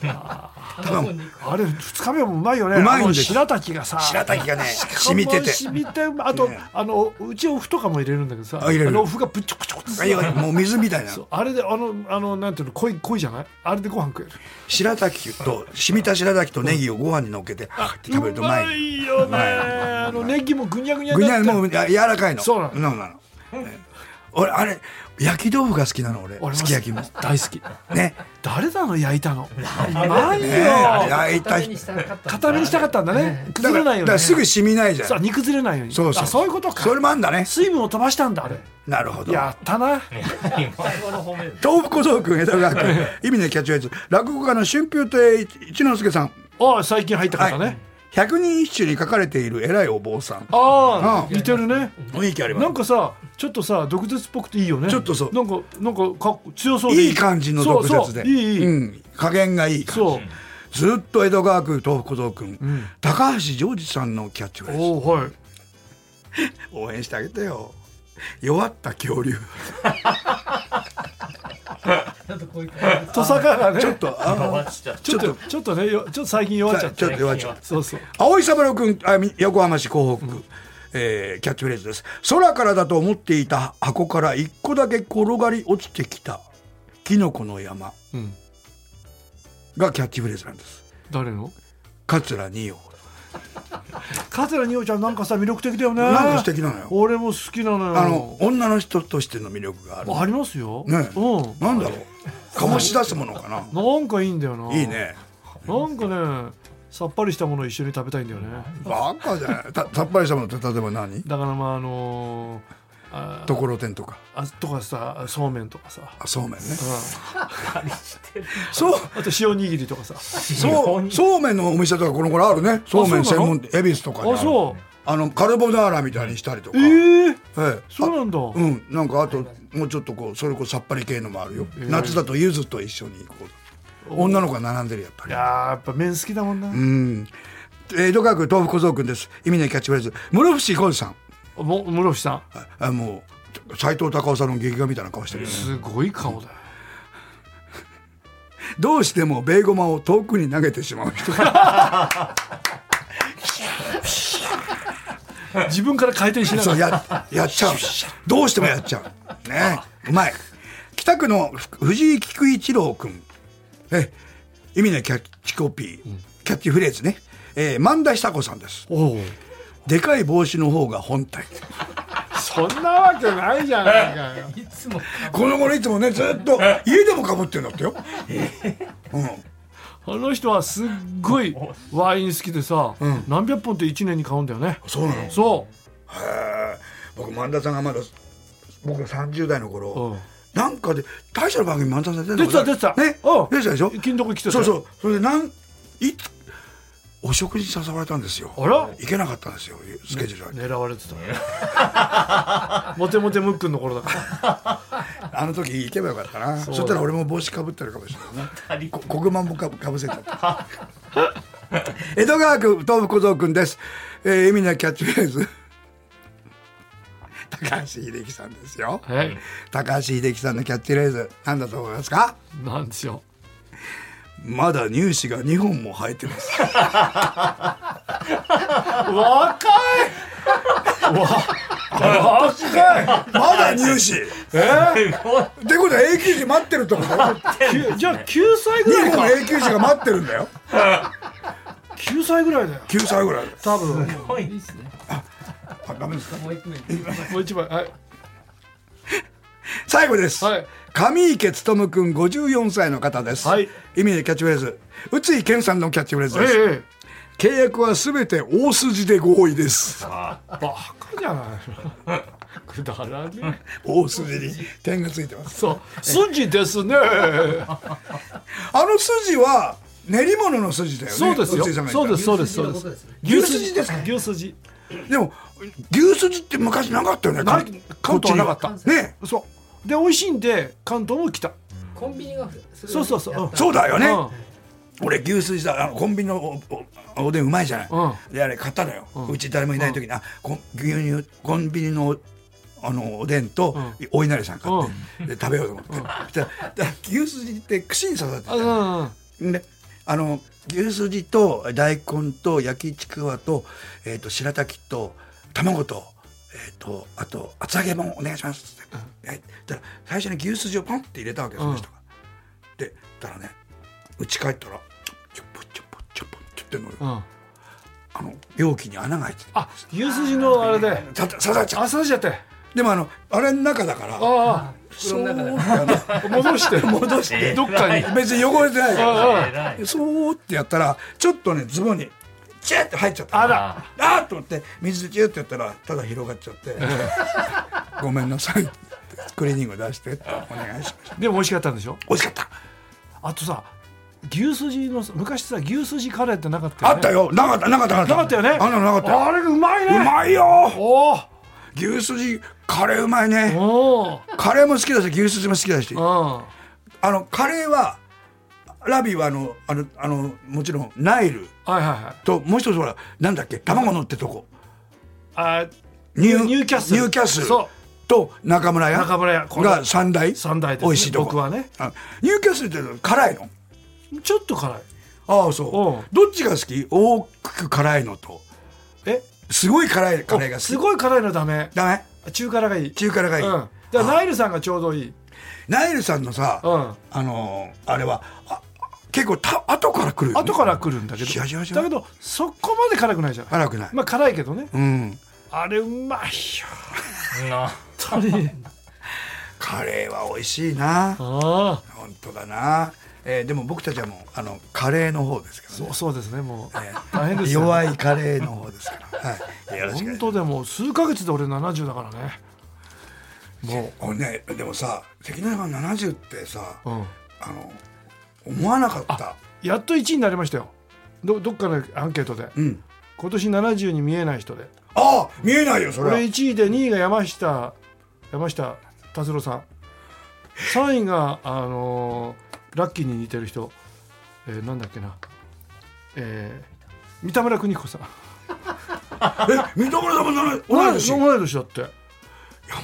Speaker 2: 卵
Speaker 3: あれ二日目もうまいよね
Speaker 2: うまいんです
Speaker 3: あの白滝がさ
Speaker 2: 白滝がね染みてて
Speaker 3: 染みてあと、
Speaker 2: ね
Speaker 3: あのうちお麩とかも入れるんだけどさ
Speaker 2: あ入れる
Speaker 3: あのお麩がプチョプチョプチョ
Speaker 2: あいやもう水みたいな
Speaker 3: そうあれであのあのなんていうの濃い濃いじゃないあれでご飯食える
Speaker 2: 白滝と染みた白滝とネギをご飯にのっけてあって食べるとうまい
Speaker 3: よ
Speaker 2: う
Speaker 3: ね
Speaker 2: まい
Speaker 3: あのネギもぐにゃぐにゃ
Speaker 2: ぐ
Speaker 3: に
Speaker 2: にゃ
Speaker 3: なって
Speaker 2: もうや柔らかいの
Speaker 3: そうなの
Speaker 2: なのなのえ俺あれ焼き豆腐が好きなの俺
Speaker 3: 俺
Speaker 2: すき焼きも
Speaker 3: 大好き
Speaker 2: ね
Speaker 3: 誰だの焼いたのない
Speaker 2: ねえ
Speaker 3: よ
Speaker 2: 焼いた
Speaker 4: 固
Speaker 2: 人
Speaker 4: めにしたかった
Speaker 3: 固めにしたかったんだね
Speaker 2: だから
Speaker 3: 崩れない
Speaker 2: だ
Speaker 3: よ
Speaker 2: か
Speaker 3: ね
Speaker 2: らすぐ染みないじゃん
Speaker 3: そう煮崩れないように
Speaker 2: そうそう
Speaker 3: あそういうことか
Speaker 2: それもあんだね
Speaker 3: 水分を飛ばしたんだあれ
Speaker 2: なるほど
Speaker 3: やったな
Speaker 4: 最後の方面
Speaker 2: 豆腐小僧君江戸川君意味のキャッチフレーズ 落語家の春風亭一之輔さん
Speaker 3: あ最近入った方
Speaker 2: はい
Speaker 3: ね
Speaker 2: 百人一首に書かれている偉いお坊さん
Speaker 3: ああ
Speaker 2: うん
Speaker 3: 似てるね
Speaker 2: 雰囲気ありま
Speaker 3: な
Speaker 2: す
Speaker 3: んかさちょっとさ毒舌っぽくていいよね
Speaker 2: ちょっとそう
Speaker 3: なんかなんかかっ強そうで
Speaker 2: いい感じの毒舌で
Speaker 3: そうそういいいい
Speaker 2: うん、加減がいい感
Speaker 3: そう
Speaker 2: じずっと江戸川区豆腐小僧君、
Speaker 3: ん
Speaker 2: 高橋ジョージさんのキャッチフレーズ
Speaker 3: おおはい
Speaker 2: 応援してあげてよ弱った恐 竜
Speaker 4: ちょっとこういう感じ
Speaker 3: 土佐からね
Speaker 2: ちょっとあの
Speaker 3: ちょっとちょっとねよちょっと最近弱っちゃ っ
Speaker 2: ち
Speaker 3: た
Speaker 2: ょっと弱っちゃう
Speaker 3: そうそう
Speaker 2: 青井三郎君あみ横浜市港北区、えーキャッチフレーズです空からだと思っていた箱から一個だけ転がり落ちてきたキノコの山
Speaker 3: うん
Speaker 2: がキャッチフレーズなんです
Speaker 3: 誰の
Speaker 2: 桂二葉
Speaker 3: 桂二葉ちゃんなんかさ魅力的だよね
Speaker 2: なんか素敵なのよ
Speaker 3: 俺も好きなのよ
Speaker 2: あの女の人としての魅力がある
Speaker 3: ありますよ
Speaker 2: ね
Speaker 3: うん
Speaker 2: なんだろう醸し出すものかな
Speaker 3: なんかいいんだよないい
Speaker 2: いね
Speaker 3: なんかねさっぱりしたものを一緒に食べたいんだよね
Speaker 2: バカじゃ ないたさっぱりしたものって例えば何
Speaker 3: だからまああのーあ
Speaker 2: ところてんとか
Speaker 3: あとかさそうめんとかさ
Speaker 2: あそうめんね
Speaker 3: うん
Speaker 2: そう
Speaker 3: あと塩握りとかさあ
Speaker 2: そうそうめんのお店とかこの頃あるねそうめん
Speaker 3: あそ
Speaker 2: 専
Speaker 3: うなの
Speaker 2: 門店恵比寿とかにある
Speaker 3: そう
Speaker 2: あのカルボナーラみたいにしたりとか、
Speaker 3: ええ
Speaker 2: ええ
Speaker 3: そうなんだ
Speaker 2: あうんなんかあともうちょっとこうそれこそさっぱり系のもあるよ、夏だと柚子と一緒にこう女の子が並んでるやっぱ
Speaker 3: い
Speaker 2: り
Speaker 3: やーやっぱ麺好きだもんな
Speaker 2: うん江戸川区豆腐小僧君です意味のキャッチフレーズ室伏浩二さん
Speaker 3: も室伏さん
Speaker 2: ああもう斎藤隆夫さんの劇画みたいな顔してるよね
Speaker 3: すごい顔だよ
Speaker 2: どうしてもベーゴマを遠くに投げてしまう人
Speaker 3: 自分から回転しな が
Speaker 2: そ
Speaker 3: ら
Speaker 2: うややっちゃうどうしてもやっちゃうねうまい北区の藤井菊一郎君え意味のキャッチコピー、キャッチフレーズね、えー、萬田久子さんです
Speaker 3: おう
Speaker 2: でかい帽子の方が本体
Speaker 3: そんなわけないじゃないかよ
Speaker 4: いつも
Speaker 2: この頃いつもねずっと家でもかぶってるんだってよ、うん、
Speaker 3: あの人はすっごいワイン好きでさ、
Speaker 2: ん
Speaker 3: 何百本って1年に買うんだよね
Speaker 2: そうなの
Speaker 3: そ
Speaker 2: へえ僕萬田さんがまだ僕が30代の頃、
Speaker 3: う、うん、
Speaker 2: なんかで大した番組満タンさん出て
Speaker 3: 出てた出てた
Speaker 2: ね
Speaker 3: うん
Speaker 2: 出てたでしょ
Speaker 3: 金どこ来てた
Speaker 2: そうそうそれでなんいつお食事に誘われたんですよ
Speaker 3: あら
Speaker 2: 行けなかったんですよスケジュールが、
Speaker 3: 狙われてたねモテモテムックンの頃だから
Speaker 2: あの時行けばよかったな
Speaker 3: そ
Speaker 2: そう
Speaker 3: だ
Speaker 2: したら俺も帽子かぶってるかもしれないねこ黒板もかぶかぶせちゃった 江戸川区東部小僧君です、えー、意味ないキャッチフレーズ高橋英樹さんですよ
Speaker 1: はい、
Speaker 2: 高橋英樹さんのキャッチフレーズ何だと思いますか
Speaker 1: なんでしょ
Speaker 2: まだ乳歯が2本も生えてます
Speaker 3: 若いわ若い
Speaker 2: まだ乳歯
Speaker 3: えー
Speaker 2: ってことは永久児待ってるってこと
Speaker 3: きゅじゃあ9歳ぐら
Speaker 2: 2
Speaker 3: いか
Speaker 2: 本永久児が待ってるんだよ
Speaker 3: 9歳ぐらいだよ
Speaker 2: 9歳ぐらいで
Speaker 3: 多分
Speaker 4: ごいですね。
Speaker 2: あダメですか
Speaker 4: もう一枚。
Speaker 3: もう一枚はい
Speaker 2: 最後です、
Speaker 3: はい
Speaker 2: 上池勉君54歳の方です、
Speaker 3: はい
Speaker 2: 意味でキャッチフレーズ宇津井健さんのキャッチフレーズ
Speaker 3: ええ
Speaker 2: です、
Speaker 3: ええ
Speaker 2: 契約はすべて大筋で合意です
Speaker 3: バカじゃないう
Speaker 1: くだらね
Speaker 2: 大筋に点がついてます
Speaker 3: そう筋ですね
Speaker 2: あの筋は練り物の筋だよね
Speaker 3: そうですよ
Speaker 2: 宇津井さんが言
Speaker 3: そ
Speaker 2: っ
Speaker 3: う
Speaker 2: た
Speaker 3: ですそうですそうです
Speaker 2: 牛筋ですか
Speaker 3: 牛筋
Speaker 2: でも牛筋って昔なかったよね
Speaker 3: ない
Speaker 2: か
Speaker 3: 関東はなかった
Speaker 2: こっちにはね
Speaker 3: そうで美味しいんで関東も来た
Speaker 4: コンビニが。
Speaker 3: そうそうそう
Speaker 4: やった
Speaker 2: そうだよね、
Speaker 3: うん
Speaker 2: 俺牛筋だあのコンビニのおおおでんうまいじゃない、
Speaker 3: う
Speaker 2: であれ買ったのよ、うち誰もいない時に、あこん牛乳コンビニのあのおでんと、お稲荷さん買って、で食べようと思って、そしたらだから牛筋って串に刺さって
Speaker 3: うん
Speaker 2: て、
Speaker 3: うん
Speaker 2: であの牛筋と大根と焼きちくわと,、えー、と白滝と卵と,、えー、とあと厚揚げもお願いしますって、はいだから最初に牛筋をポンって入れたわけよその人が。でだからねうち帰ったらチョポチョポチョポって言ってんのよ、
Speaker 3: うん
Speaker 2: あの容器に穴が開いてて
Speaker 3: あ牛筋のあれで
Speaker 2: さ刺さっちゃう
Speaker 3: 朝じゃって
Speaker 2: でもあのあれの中だから
Speaker 3: あ
Speaker 2: そう
Speaker 4: 袋の中
Speaker 3: あ戻して戻
Speaker 1: して
Speaker 3: どっかに
Speaker 2: あ別に汚れてないか
Speaker 3: あ
Speaker 1: 偉い
Speaker 2: らそうってやったらちょっとねズボンにチュッて入っちゃった
Speaker 3: ああら
Speaker 1: あ
Speaker 2: あーっと思って水でチュッてやったらただ広がっちゃって 「ごめんなさい」ってクリーニング出してってお願いしました
Speaker 3: でも美味しかったんでしょ
Speaker 2: 美味しかった
Speaker 3: あとさ牛すじのさ昔さ牛すじカレーってなかった
Speaker 2: あ
Speaker 3: よ、ね、
Speaker 2: ったよなかったなかったな
Speaker 3: なかったよね
Speaker 2: あんなのなかったよ
Speaker 3: あれがうまいうね
Speaker 2: まいよ
Speaker 3: おー
Speaker 2: 牛すじカレーうまいね
Speaker 3: お
Speaker 2: カレーも好きだし牛すじも好きだし
Speaker 3: お
Speaker 2: あのカレーはラビはあのあのあのもちろんナイル
Speaker 3: はいはいはい
Speaker 2: ともう一つほらなんだっけ卵のってとこ
Speaker 3: あ
Speaker 2: ニ
Speaker 3: ニューキャッスル
Speaker 2: ニューキャッスル
Speaker 3: そ
Speaker 2: と中村屋
Speaker 3: 中村屋これ
Speaker 2: が三大
Speaker 3: 三大ですね
Speaker 2: 美味しいとこ
Speaker 3: 僕はね
Speaker 2: あニューキャッスルって辛いの
Speaker 3: ーちょっと辛い
Speaker 2: ああ
Speaker 3: お
Speaker 2: そううどっちが好き大きく辛いのと
Speaker 3: え
Speaker 2: すごい辛いカレーが好き
Speaker 3: すごい辛いのダメ
Speaker 2: ダメ
Speaker 3: 中辛がいい
Speaker 2: 中辛がいい、
Speaker 3: うん、だからナイルさんがちょうどいい
Speaker 2: ナイルさんのさ、
Speaker 3: うん
Speaker 2: あのーあれはあ結構た後から来るよ、ね、
Speaker 3: 後から来るんだけど
Speaker 2: いやいやいや
Speaker 3: だけどそこまで辛くないじゃん
Speaker 2: 辛くない、
Speaker 3: まあ辛いけどね
Speaker 2: うん
Speaker 3: あれうまいよ
Speaker 1: な
Speaker 3: 本当に
Speaker 2: カレーは美味しいな
Speaker 3: ああ
Speaker 2: 本当だな、えーでも僕たちはもうあのカレーの方ですから
Speaker 3: そ
Speaker 2: ね
Speaker 3: うそうですねもう、
Speaker 2: え
Speaker 3: 大変で
Speaker 2: ー
Speaker 3: すよ、ね、
Speaker 2: 弱いカレーの方ですから、はい、よろしく
Speaker 3: 本当でもう数ヶ月で俺70だからねも
Speaker 2: これねでもさ関根さん70ってさ
Speaker 3: う、うん、
Speaker 2: あの思わなかった
Speaker 3: やっと1位になりましたよどどっかのアンケートで
Speaker 2: うん
Speaker 3: 今年70に見えない人で
Speaker 2: ああ見えないよそれ
Speaker 3: 俺
Speaker 2: は
Speaker 3: 1位で2位が山下山下達郎さん3位があのーラッキーに似てる人、えーなんだっけなえー三田村邦彦さん
Speaker 2: え三田村さんも7同い 年
Speaker 3: 同い年だって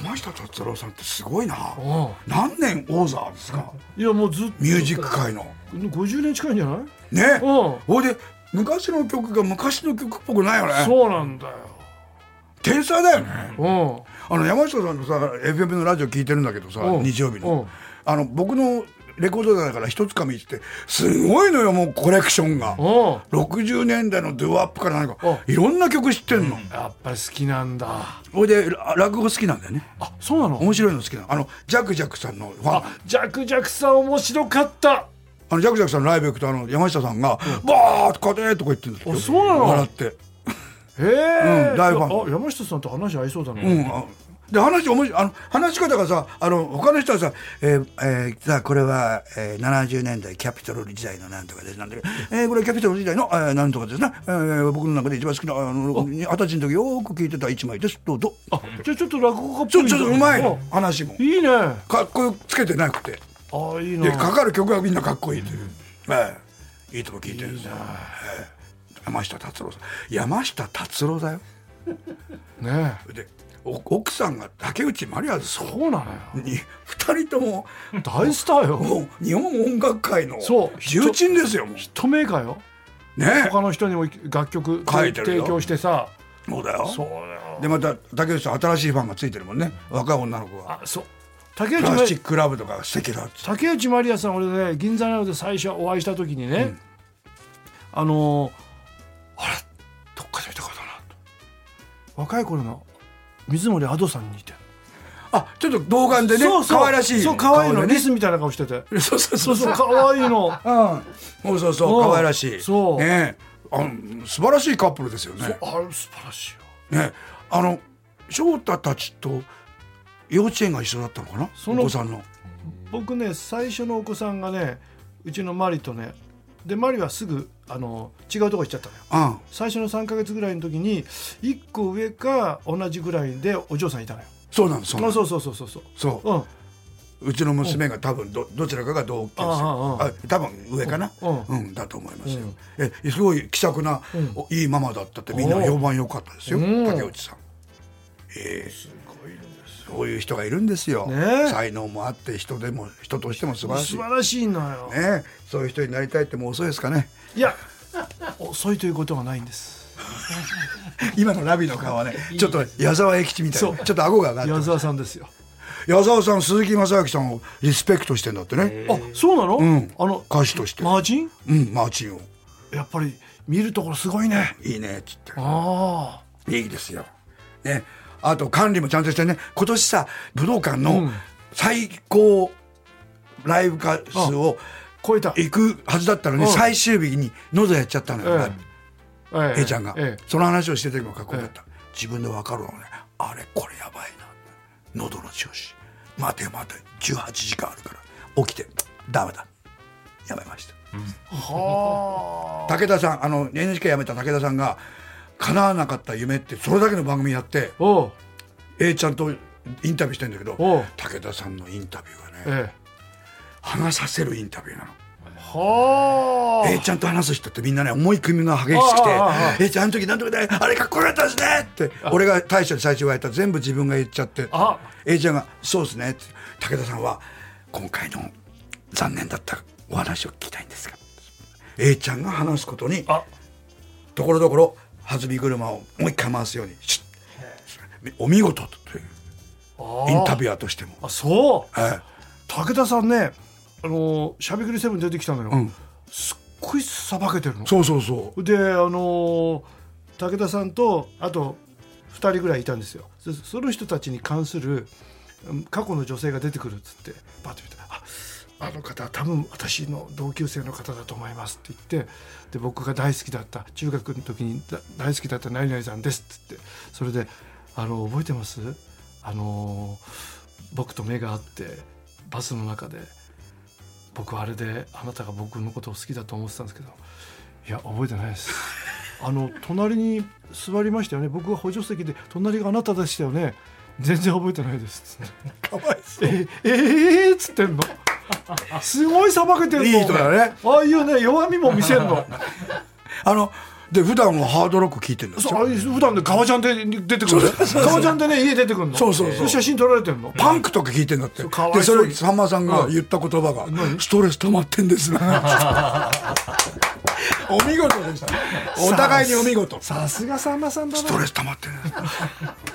Speaker 2: 山下達郎さんってすごいな
Speaker 3: ああ
Speaker 2: 何年王座ですか
Speaker 3: いやもうずっ
Speaker 2: ミュージック界の
Speaker 3: と50年近いんじゃない
Speaker 2: ね
Speaker 3: うん
Speaker 2: ほいで昔の曲が昔の曲っぽくないよね
Speaker 3: そうなんだよ
Speaker 2: 天才だよね
Speaker 3: うん
Speaker 2: あの山下さんのさ FM のラジオ聞いてるんだけどさ
Speaker 3: うん
Speaker 2: 日曜日
Speaker 3: うん
Speaker 2: のあの僕のレコードだから一つ紙ってすごいのよもうコレクションが
Speaker 3: うん
Speaker 2: 60年代のドゥアップからなんか
Speaker 3: う
Speaker 2: いろんな曲知ってんの
Speaker 3: やっぱり好きなんだあ
Speaker 2: ほいでら落語好きなんだよね
Speaker 3: そうなの
Speaker 2: 面白いの好きなのあのジャクジャクさんのファン
Speaker 3: あジャクジャクさん面白かった
Speaker 2: あのジャクジャクさんのライブ行くとあの山下さんが「バーッと勝て!」とか言ってるんですよ
Speaker 3: あそうなの
Speaker 2: 笑って
Speaker 3: へえ、
Speaker 2: うん大ファン
Speaker 3: あ山下さんと話合いそうだね、
Speaker 2: うん、あで話面白いあの話し方がさあの他の人はさ「えーえーさあこれは、えー、70年代キャピトル時代のなんとかです」なんて「えーこれはキャピトル時代の、えー、なんとかですね、えー僕の中で一番好きなあの二十歳の時よーく聞いてた一枚ですどうぞ」
Speaker 3: あじゃあちょっと落語家っぽい
Speaker 2: ちょちょっとうまいの
Speaker 3: あ
Speaker 2: 話も
Speaker 3: いいねあ
Speaker 2: かっこよくつけてなくて
Speaker 3: いい
Speaker 2: で
Speaker 3: な
Speaker 2: かかる曲はみんなかっこいいという、ええいいとこ聞いてるんですよ山下達郎さん山下達郎だよ
Speaker 3: ねえ
Speaker 2: でお奥さんが竹内まりやさ
Speaker 3: そうなの
Speaker 2: ん
Speaker 3: よ
Speaker 2: に2人とも
Speaker 3: 大スターよ
Speaker 2: もう日本音楽界の
Speaker 3: そう
Speaker 2: 重鎮ですよもう
Speaker 3: 透明かよ
Speaker 2: ね
Speaker 3: 他の人にも楽曲
Speaker 2: 書いてるよ
Speaker 3: 提供してさ
Speaker 2: そうだよ
Speaker 3: そうだよ
Speaker 2: でまた竹内さん新しいファンがついてるもんね若い女の子が
Speaker 3: あそう竹
Speaker 2: プ
Speaker 3: 内
Speaker 2: ラスチ
Speaker 3: ま
Speaker 2: ックラブとか素敵だっつって
Speaker 3: 竹内まりやさん俺ね銀座なので最初お会いした時にね、あのーあれどっかで見たことあるなと若い頃の水森アドさんに似てる
Speaker 2: あちょっと童顔でね
Speaker 3: そうそう
Speaker 2: 可愛らしい
Speaker 3: そう可愛いの、
Speaker 2: 顔で
Speaker 3: リ
Speaker 2: ね
Speaker 3: スみたいな顔してて
Speaker 2: そうそうそうそう
Speaker 3: 可愛い の
Speaker 2: うん、そうそうそう
Speaker 3: うん
Speaker 2: 可愛らしい
Speaker 3: そう
Speaker 2: ねえあの素晴らしいカップルですよね
Speaker 3: あれ素晴らしいよ
Speaker 2: ねあの翔太たちと幼稚園が一緒だったのかな
Speaker 3: そ
Speaker 2: お
Speaker 3: の
Speaker 2: 子さんの
Speaker 3: 僕ね最初のお子さんがねうちのマリとねでマリはすぐあの違うとこ行っちゃったのよ
Speaker 2: うん
Speaker 3: 最初の3か月ぐらいの時に1個上か同じぐらいでお嬢さんいたのよ
Speaker 2: そうなのそうな
Speaker 3: あ
Speaker 2: の
Speaker 3: そうそうそうそうそう
Speaker 2: そう
Speaker 3: うん
Speaker 2: うちの娘が多分どどちらかが同級生
Speaker 3: あああ
Speaker 2: あ多分上かな
Speaker 3: う
Speaker 2: うん
Speaker 3: ん、
Speaker 2: だと思いますよ、えすごい気さくな、おいいママだったってみんな
Speaker 3: おう
Speaker 2: 評判良かったですよ
Speaker 3: うん
Speaker 2: 竹内さんええすごいですそういう人がいるんですよ、
Speaker 3: ねえ
Speaker 2: 才能もあって人でも人としても素晴らしい
Speaker 3: 素晴らしいのよ、
Speaker 2: ねえそういう人になりたいってもう遅いですか ね
Speaker 3: いや遅いということはないんです
Speaker 2: 今のラビの顔はねちょっと矢沢永吉みたいなちょっと顎が上がって
Speaker 3: 矢
Speaker 2: ます
Speaker 3: 沢さんですよ
Speaker 2: 矢沢さん鈴木雅之さんをリスペクトしてんだってね
Speaker 3: あそうなの、
Speaker 2: ん
Speaker 3: あの
Speaker 2: 歌手として
Speaker 3: マージン
Speaker 2: うんマーチンを
Speaker 3: やっぱり見るところすごいね
Speaker 2: いいねっつって
Speaker 3: ああ
Speaker 2: いいですよ。ね。あと管理もちゃんとしてね、今年さ、武道館の最高ライブ回数を
Speaker 3: 超えた
Speaker 2: 行くはずだったのに、
Speaker 3: うん
Speaker 2: 最終日に喉やっちゃったのよ、
Speaker 3: ええ
Speaker 2: A ちゃんが、
Speaker 3: ええ
Speaker 2: その話をしてる時もかっこよかった。自分で分かるのね、あれこれやばいな。喉の調子。待て待て、18時間あるから。起きて、ダメだ。やめました。
Speaker 3: は
Speaker 2: 武田さん、あの NHK 辞めた武田さんが、叶わなかった夢って、それだけの番組やって、
Speaker 3: あおう
Speaker 2: A ちゃんとインタビューしてんだけど
Speaker 3: おう
Speaker 2: 武田さんのインタビューがね
Speaker 3: ええ
Speaker 2: 話させるインタビューなの。
Speaker 3: はあ
Speaker 2: A ちゃんと話す人ってみんなね思い組みが激しく
Speaker 3: ああああああ
Speaker 2: て「A ちゃんあの時なんとかだよあれかっこよかったですね」って俺が大将に最初言われた全部自分が言っちゃって
Speaker 3: あ
Speaker 2: A ちゃんが「そうですね」って武田さんは「今回の残念だったお話を聞きたいんですが」A ちゃんが話すことに
Speaker 3: あ
Speaker 2: ところどころ弾み車をもう一回回すようにシュッお見事という
Speaker 3: あ
Speaker 2: インタビュアーとしても。
Speaker 3: あそう
Speaker 2: はい
Speaker 3: 武田さんねあのしゃべくりセブン出てきたのよ、
Speaker 2: うん
Speaker 3: すっごいさばけてるの
Speaker 2: そうそうそう。
Speaker 3: であのー武田さんとあと2人ぐらいいたんですよそその人たちに関するうん過去の女性が出てくるっつってバッと見て「ああの方は多分私の同級生の方だと思います」って言ってで僕が大好きだった中学の時にだ大好きだった何々さんですっつってそれで「あの覚えてますあのー僕と目が合ってバスの中で僕はあれであなたが僕のことを好きだと思ってたんですけどいや覚えてないですあの隣に座りましたよね僕が補助席で隣があなたでしたよね全然覚えてないですっつって
Speaker 2: かわいそ
Speaker 3: ええー、っつってんのすごいさばけてるの
Speaker 2: いい人だね。
Speaker 3: ああいうね弱みも見せるの
Speaker 2: あの、で、普段はハードロック聴いてるんです
Speaker 3: そうああ
Speaker 2: よ。
Speaker 3: いう普段で革ジャンで出てくるの革ジャンでね家出てくるの
Speaker 2: そうそうそう
Speaker 3: 写真撮られてるの
Speaker 2: パンクとか聴いてんだって。
Speaker 3: うかわ
Speaker 2: で、
Speaker 3: い
Speaker 2: そ
Speaker 3: そうに
Speaker 2: れ、さんまさんが言った言葉が、ストレス溜まってんです ね。お見事でした。お互いにお見事。ス
Speaker 3: さすがさんまさんだな
Speaker 2: トレス溜まってんですね。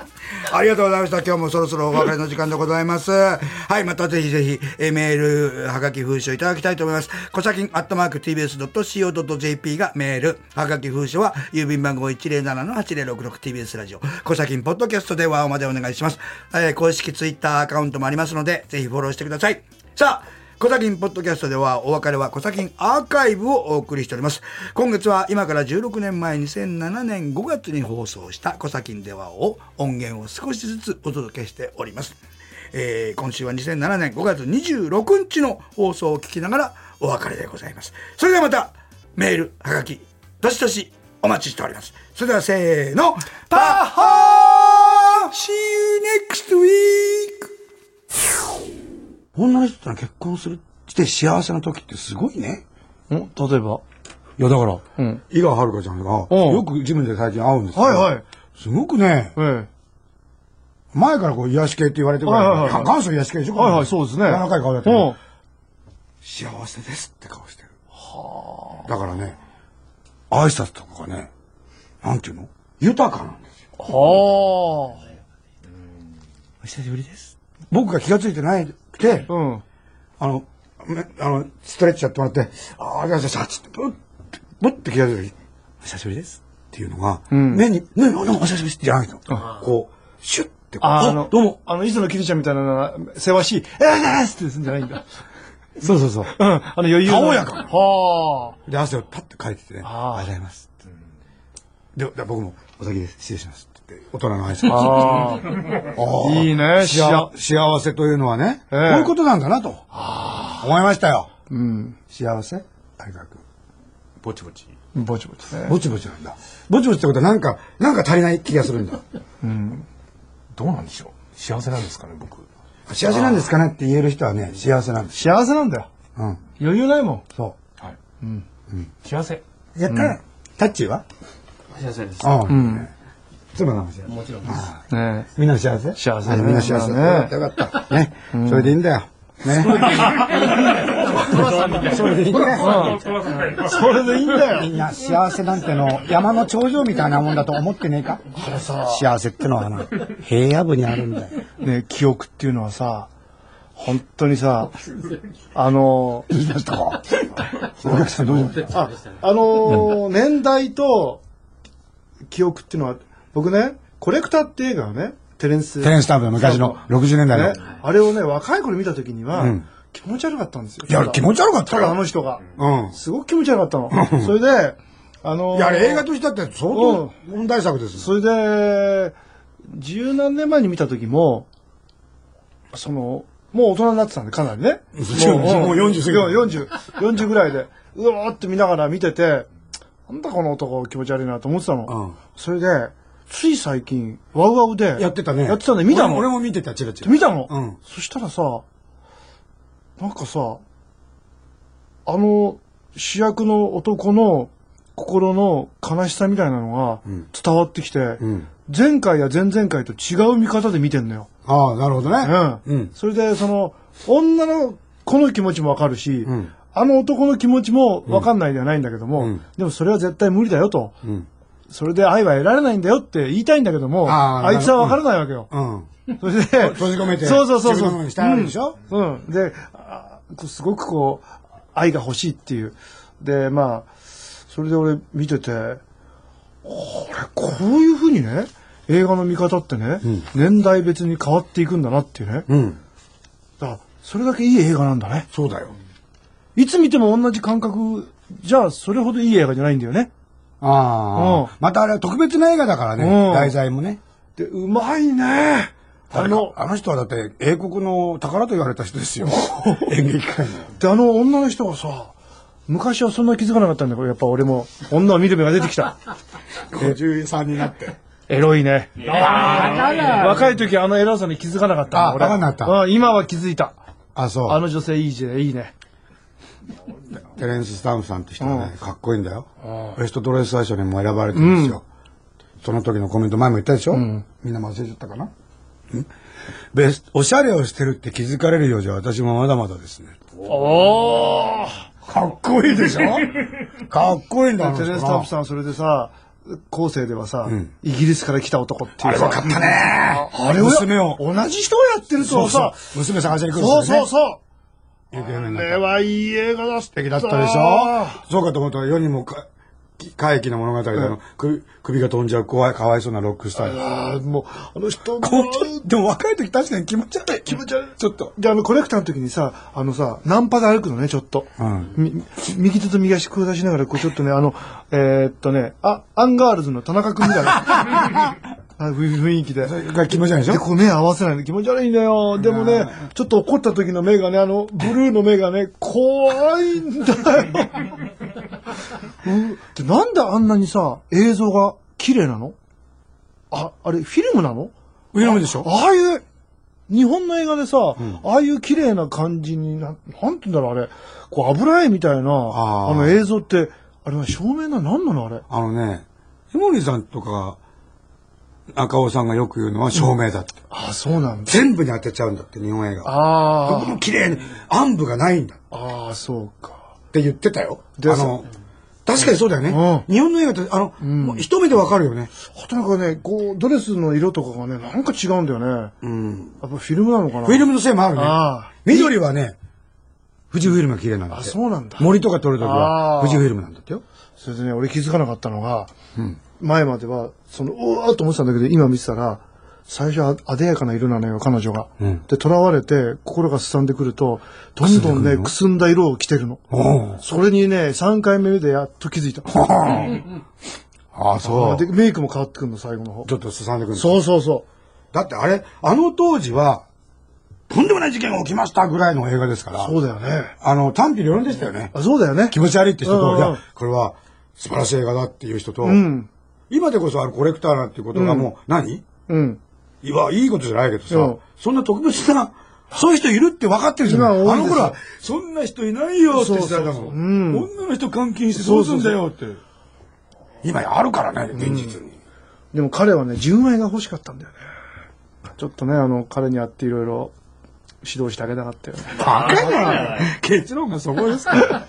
Speaker 2: ありがとうございました。今日もそろそろお別れの時間でございます。はい、またぜひぜひ、えーメール、はがき封書いただきたいと思います。小崎アットマーク tbs.co.jp がメール、はがき封書は郵便番号 107-8066tbs ラジオ、小崎ポッドキャストではおまでお願いします。えー公式ツイッターアカウントもありますので、ぜひフォローしてください。さあ、コサキンポッドキャストではお別れはコサキンアーカイブをお送りしております。今月は今から16年前2007年5月に放送したコサキンではを音源を少しずつお届けしております。えー今週は2007年5月26日の放送を聞きながらお別れでございます。それではまたメール、はがき、どしどしお待ちしております。それではせーの、パッハー !See you next week! 女の人ってのは結婚するして幸せな時ってすごいね。
Speaker 3: ん例えば
Speaker 2: いや、だから、
Speaker 3: うん。
Speaker 2: 井川遥ちゃんが、
Speaker 3: うん
Speaker 2: よくジムで最近会うんですけど、
Speaker 3: はいはい。
Speaker 2: すごくね、
Speaker 3: え
Speaker 2: 前からこう、癒し系って言われてるか
Speaker 3: はいはい
Speaker 2: ら、
Speaker 3: はい
Speaker 2: 元祖癒し系でしょ
Speaker 3: え。はいはい、そうですね。
Speaker 2: 柔らかい顔だったけ
Speaker 3: うん
Speaker 2: ど、。幸せですって顔してる。はだからね、挨拶とかがね、なんていうの豊かなんですよ。
Speaker 3: は
Speaker 2: お久しぶりです。僕が気がついてないくて、
Speaker 3: あ。うん。
Speaker 2: あの、めあの、ストレッチやってもらって、ああ、よしよし、あっつって、ぶって、ぶって気が付いた時、お久しぶりですっていうのが、
Speaker 3: ん
Speaker 2: 目に、目に、お久しぶりですじゃないの。こう、シュッてこう、
Speaker 3: あー、
Speaker 2: あ
Speaker 3: あの、
Speaker 2: どうも。
Speaker 3: あの、磯野キリちゃんみたいな、せわしい、えーすってすんじゃないんだ。
Speaker 2: そうそうそう。
Speaker 3: うん。あの余裕
Speaker 2: た
Speaker 3: の。
Speaker 2: おやかな
Speaker 3: は
Speaker 2: で、汗をパッてかいててね、ありが
Speaker 3: あー
Speaker 2: とうございますって。で、で僕も、お先です、失礼しますって言って、大人の挨
Speaker 3: あ。
Speaker 2: 拶。
Speaker 3: ああ。
Speaker 2: あー
Speaker 3: いいね
Speaker 2: 幸幸せというのはね、
Speaker 3: え
Speaker 2: こういうことなんだなと、思いましたよ。
Speaker 3: うん。
Speaker 2: 幸せ大学。
Speaker 1: ぼちぼち。
Speaker 3: ぼちぼちね。
Speaker 2: ぼちぼちなんだ。ぼちぼちってことはなんか、なんか足りない気がするんだ。
Speaker 5: どうなんでしょう幸せなんですかね僕
Speaker 2: 幸せなんですかねって言える人はね、幸せなんです。
Speaker 3: 幸せなんだよ。
Speaker 2: うん。
Speaker 3: 余裕ないもん。
Speaker 2: そ
Speaker 5: はい、幸せ
Speaker 2: う。やったら、タッチは
Speaker 1: 幸せです。
Speaker 2: ああ。うん。妻が幸せ。
Speaker 4: もちろんです。
Speaker 3: ね
Speaker 2: みんな幸せ
Speaker 3: 幸せ
Speaker 2: はいみんな幸せ。よ
Speaker 3: ま
Speaker 2: か
Speaker 3: あ
Speaker 2: ったよかった。ね。それでいいんだよ。ね。それでいいんだよ。
Speaker 3: え。それでいいんだよ。
Speaker 2: みんな幸せなんての山の頂上みたいなもんだと思ってねえか幸せってのは な、平野部にあるんだよ。
Speaker 3: ね記憶っていうのはさ、本当にさ、あの、
Speaker 2: 言い出したか。お客さんどうぞ
Speaker 3: あ、あのー年代と記憶っていうのは、僕ね、コレクターって映画をね、テレンス。
Speaker 2: テレンスタンプの昔の60年代の
Speaker 3: ね。、あれをね、若い頃見た時には、
Speaker 2: うん
Speaker 3: 気持ち悪かったんですよ。
Speaker 2: いや、気持ち悪かった
Speaker 3: ただあ
Speaker 2: よ。
Speaker 3: の人が。
Speaker 2: うん。
Speaker 3: すごく気持ち悪かったの。それで、あのー
Speaker 2: いや、あれ映画としてだって相当問題作ですよ。
Speaker 3: それで、十何年前に見た時も、その、もう大人になってたんで、かなりね。
Speaker 2: そうもう40過ぎた
Speaker 3: 40、40ぐらいで、うわーって見ながら見てて、なんだこの男気持ち悪いなと思ってたの。
Speaker 2: うん
Speaker 3: それで、つい最近、ワウワウで、
Speaker 2: やってたね。
Speaker 3: やってたね、見たの。
Speaker 2: 俺も俺も見てた、チラチラ。
Speaker 3: 見たの、
Speaker 2: うん
Speaker 3: そしたらさ、なんかさ、あの主役の男の心の悲しさみたいなのが
Speaker 2: ん
Speaker 3: 伝わってきて、
Speaker 2: うん。
Speaker 3: 前回や前々回と違う見方で見てんのよ。
Speaker 2: ああ、なるほど
Speaker 3: う
Speaker 2: ね。
Speaker 3: ん。
Speaker 2: うん。
Speaker 3: それで、その、女の子の気持ちもわかるし、
Speaker 2: ん
Speaker 3: あの男の気持ちもわかんないではないんだけども、
Speaker 2: うん
Speaker 3: でもそれは絶対無理だよと、
Speaker 2: うん。
Speaker 3: それで愛は得られないんだよって言いたいんだけども、
Speaker 2: あ
Speaker 3: あ
Speaker 2: ー
Speaker 3: いつはわからないわけよ。
Speaker 2: うん。
Speaker 3: それで、
Speaker 2: 閉じ込めて。
Speaker 3: そうそうそ
Speaker 2: 自
Speaker 3: うそう
Speaker 2: 分のものに従うんでしょ
Speaker 3: うん。で、あこうすごくこう、愛が欲しいっていう。で、まあ、それで俺見てて、これ、こういうふうにね、映画の見方ってね、年代別に変わっていくんだなっていうね。
Speaker 2: うん。
Speaker 3: だから、それだけいい映画なんだね。
Speaker 2: そうだよ。
Speaker 3: いつ見ても同じ感覚じゃ、それほどいい映画じゃないんだよね。
Speaker 2: あ
Speaker 3: う
Speaker 2: あ
Speaker 3: ん。
Speaker 2: またあれは特別な映画だからね
Speaker 3: うん。
Speaker 2: 題材もね。
Speaker 3: で、うまいね。あの、
Speaker 2: あの人はだって英国の宝と言われた人ですよ。 演劇界の。
Speaker 3: で、あの女の人がさ、昔はそんな気づかなかったんだけど、やっぱ俺も、女を見る目が出てき た。
Speaker 2: 53になって。
Speaker 3: エロいね。若い時はあのエロさに気づかなかったんだ
Speaker 2: あ
Speaker 3: 俺
Speaker 2: わかんなかった
Speaker 3: うん今は気づいた。
Speaker 2: あ、そう。
Speaker 3: あの女性いいじゃんいいね。
Speaker 2: テレンス・スタンプさんって人がね、かっこいいんだよ。ベストドレス最初にも選ばれてるんですよ。その時のコメント前も言ったでしょ、みんなも忘れちゃったかな、んベストおしゃれをしてるって気づかれるようじゃ私もまだまだですね。
Speaker 3: おー
Speaker 2: かっこいいで しょかっこいいんだよ。
Speaker 3: テレンス・タンプさんそれでさ、後世ではさ、イギリスから来た男っていう
Speaker 2: よか
Speaker 3: さ、
Speaker 2: ったねあれ娘を。同じ人をやってる
Speaker 3: とはさ
Speaker 2: 娘探しに来るん
Speaker 3: そうそう
Speaker 2: う。
Speaker 3: そう
Speaker 2: 行方不明にな
Speaker 3: こ
Speaker 2: った
Speaker 3: れはいい映画だ素
Speaker 2: 素敵だったでしょそうかと思ったら世にもか怪奇な物語であの、首首が飛んじゃう怖いかわいそうなロックスタイル。
Speaker 3: あーもう、あの人が
Speaker 2: こうでも若い時確かに気持ち悪い。気持ち悪い。ちょっと。
Speaker 3: で、あの、コレクターの時にさ、あのさ、ナンパで歩くのね、ちょっと。
Speaker 2: うん
Speaker 3: み右手と右足下しながら、こう、ちょっとね、あの、えーっとね、あ、アンガールズの田中君みた いなあふ雰囲気で。
Speaker 2: が気持ち悪いでし
Speaker 3: で、
Speaker 2: ょ
Speaker 3: こう目合わせないの気持ち悪いんだよ。でもね、ちょっと怒った時の目がね、あの、ブルーの目がね、怖い んだよ。うんで、なんであんなにさ、映像が綺麗なのあ、あれ、フィルムなの
Speaker 2: 上の目でしょ
Speaker 3: ああいう、日本の映画でさ、ああいう綺麗な感じにな、なんて言うんだろう、あれ、こう油絵みたいな、
Speaker 2: あ
Speaker 3: あ
Speaker 2: ー
Speaker 3: の映像って、あれは照明な何なのあれ
Speaker 6: あのね、江森さんとか、赤尾さんがよく言うのは照明だって。
Speaker 3: あそうなんだ
Speaker 6: 全部に当てちゃうんだって、日本映画。
Speaker 3: あ
Speaker 6: 僕も綺麗に、暗部がないんだっ
Speaker 3: あああそうか
Speaker 6: て言ってたよ。あ
Speaker 3: で
Speaker 6: の、確かにそうだよね。
Speaker 3: う
Speaker 6: 日本の映画って、あの、もう一目でわかるよね。
Speaker 3: あとなんかねこうドレスの色とかがねなんか違うんだよね
Speaker 6: うん。
Speaker 3: やっぱフィルムなのかな
Speaker 6: フィルムのせいもあるね。
Speaker 3: あ
Speaker 6: 緑はね、富士フィルムが綺麗なん
Speaker 3: あ
Speaker 6: だっ
Speaker 3: あ
Speaker 6: て。
Speaker 3: そうなんだ
Speaker 6: 森とか撮るときは
Speaker 3: あー
Speaker 6: 富士フィルムなんだってよ。
Speaker 3: それでね俺気づかなかったのが、前まではそのうわーっと思ってたんだけど今見てたら最初はあ艶やかな色なのよ彼女が、
Speaker 6: ん
Speaker 3: で囚われて心がすさんでくるとどんどんねくすんだ色を着てるの
Speaker 6: おう
Speaker 3: それにね3回目でやっと気づいた
Speaker 6: ああ、そう。
Speaker 3: でメイクも変わってくるの最後の方
Speaker 6: ちょっとすさんでくるんだ
Speaker 3: そうそうそ
Speaker 6: だってあれ、あの当時は、とんでもない事件が起きましたぐらいの映画ですから、
Speaker 3: うそうだよね
Speaker 6: あの、賛否両論でしたよね。
Speaker 3: あそうだよね
Speaker 6: 気持ち悪いって人
Speaker 3: うんうん
Speaker 6: と、
Speaker 3: うん
Speaker 6: いや、これは素晴らしい映画だっていう人と、
Speaker 3: うん
Speaker 6: 今でこそあのコレクターなんていうことがもう何、
Speaker 3: うん
Speaker 6: いや、いいことじゃないけどさ、
Speaker 3: うん
Speaker 6: そんな特別な、そういう人いるって分かってるじゃん。
Speaker 3: 今多
Speaker 6: あ
Speaker 3: いですよ
Speaker 6: の頃は、そんな人いないよって言ってたんだ
Speaker 3: そうそうそ
Speaker 6: も。
Speaker 3: うんうん
Speaker 6: 女の人監禁してどうすんだよって。今やあるからね、現実に。
Speaker 3: でも彼はね純愛が欲しかったんだよねちょっとねあの彼に会っていろいろ指導してあげたかったよね
Speaker 6: バカじゃない結論がそこですから。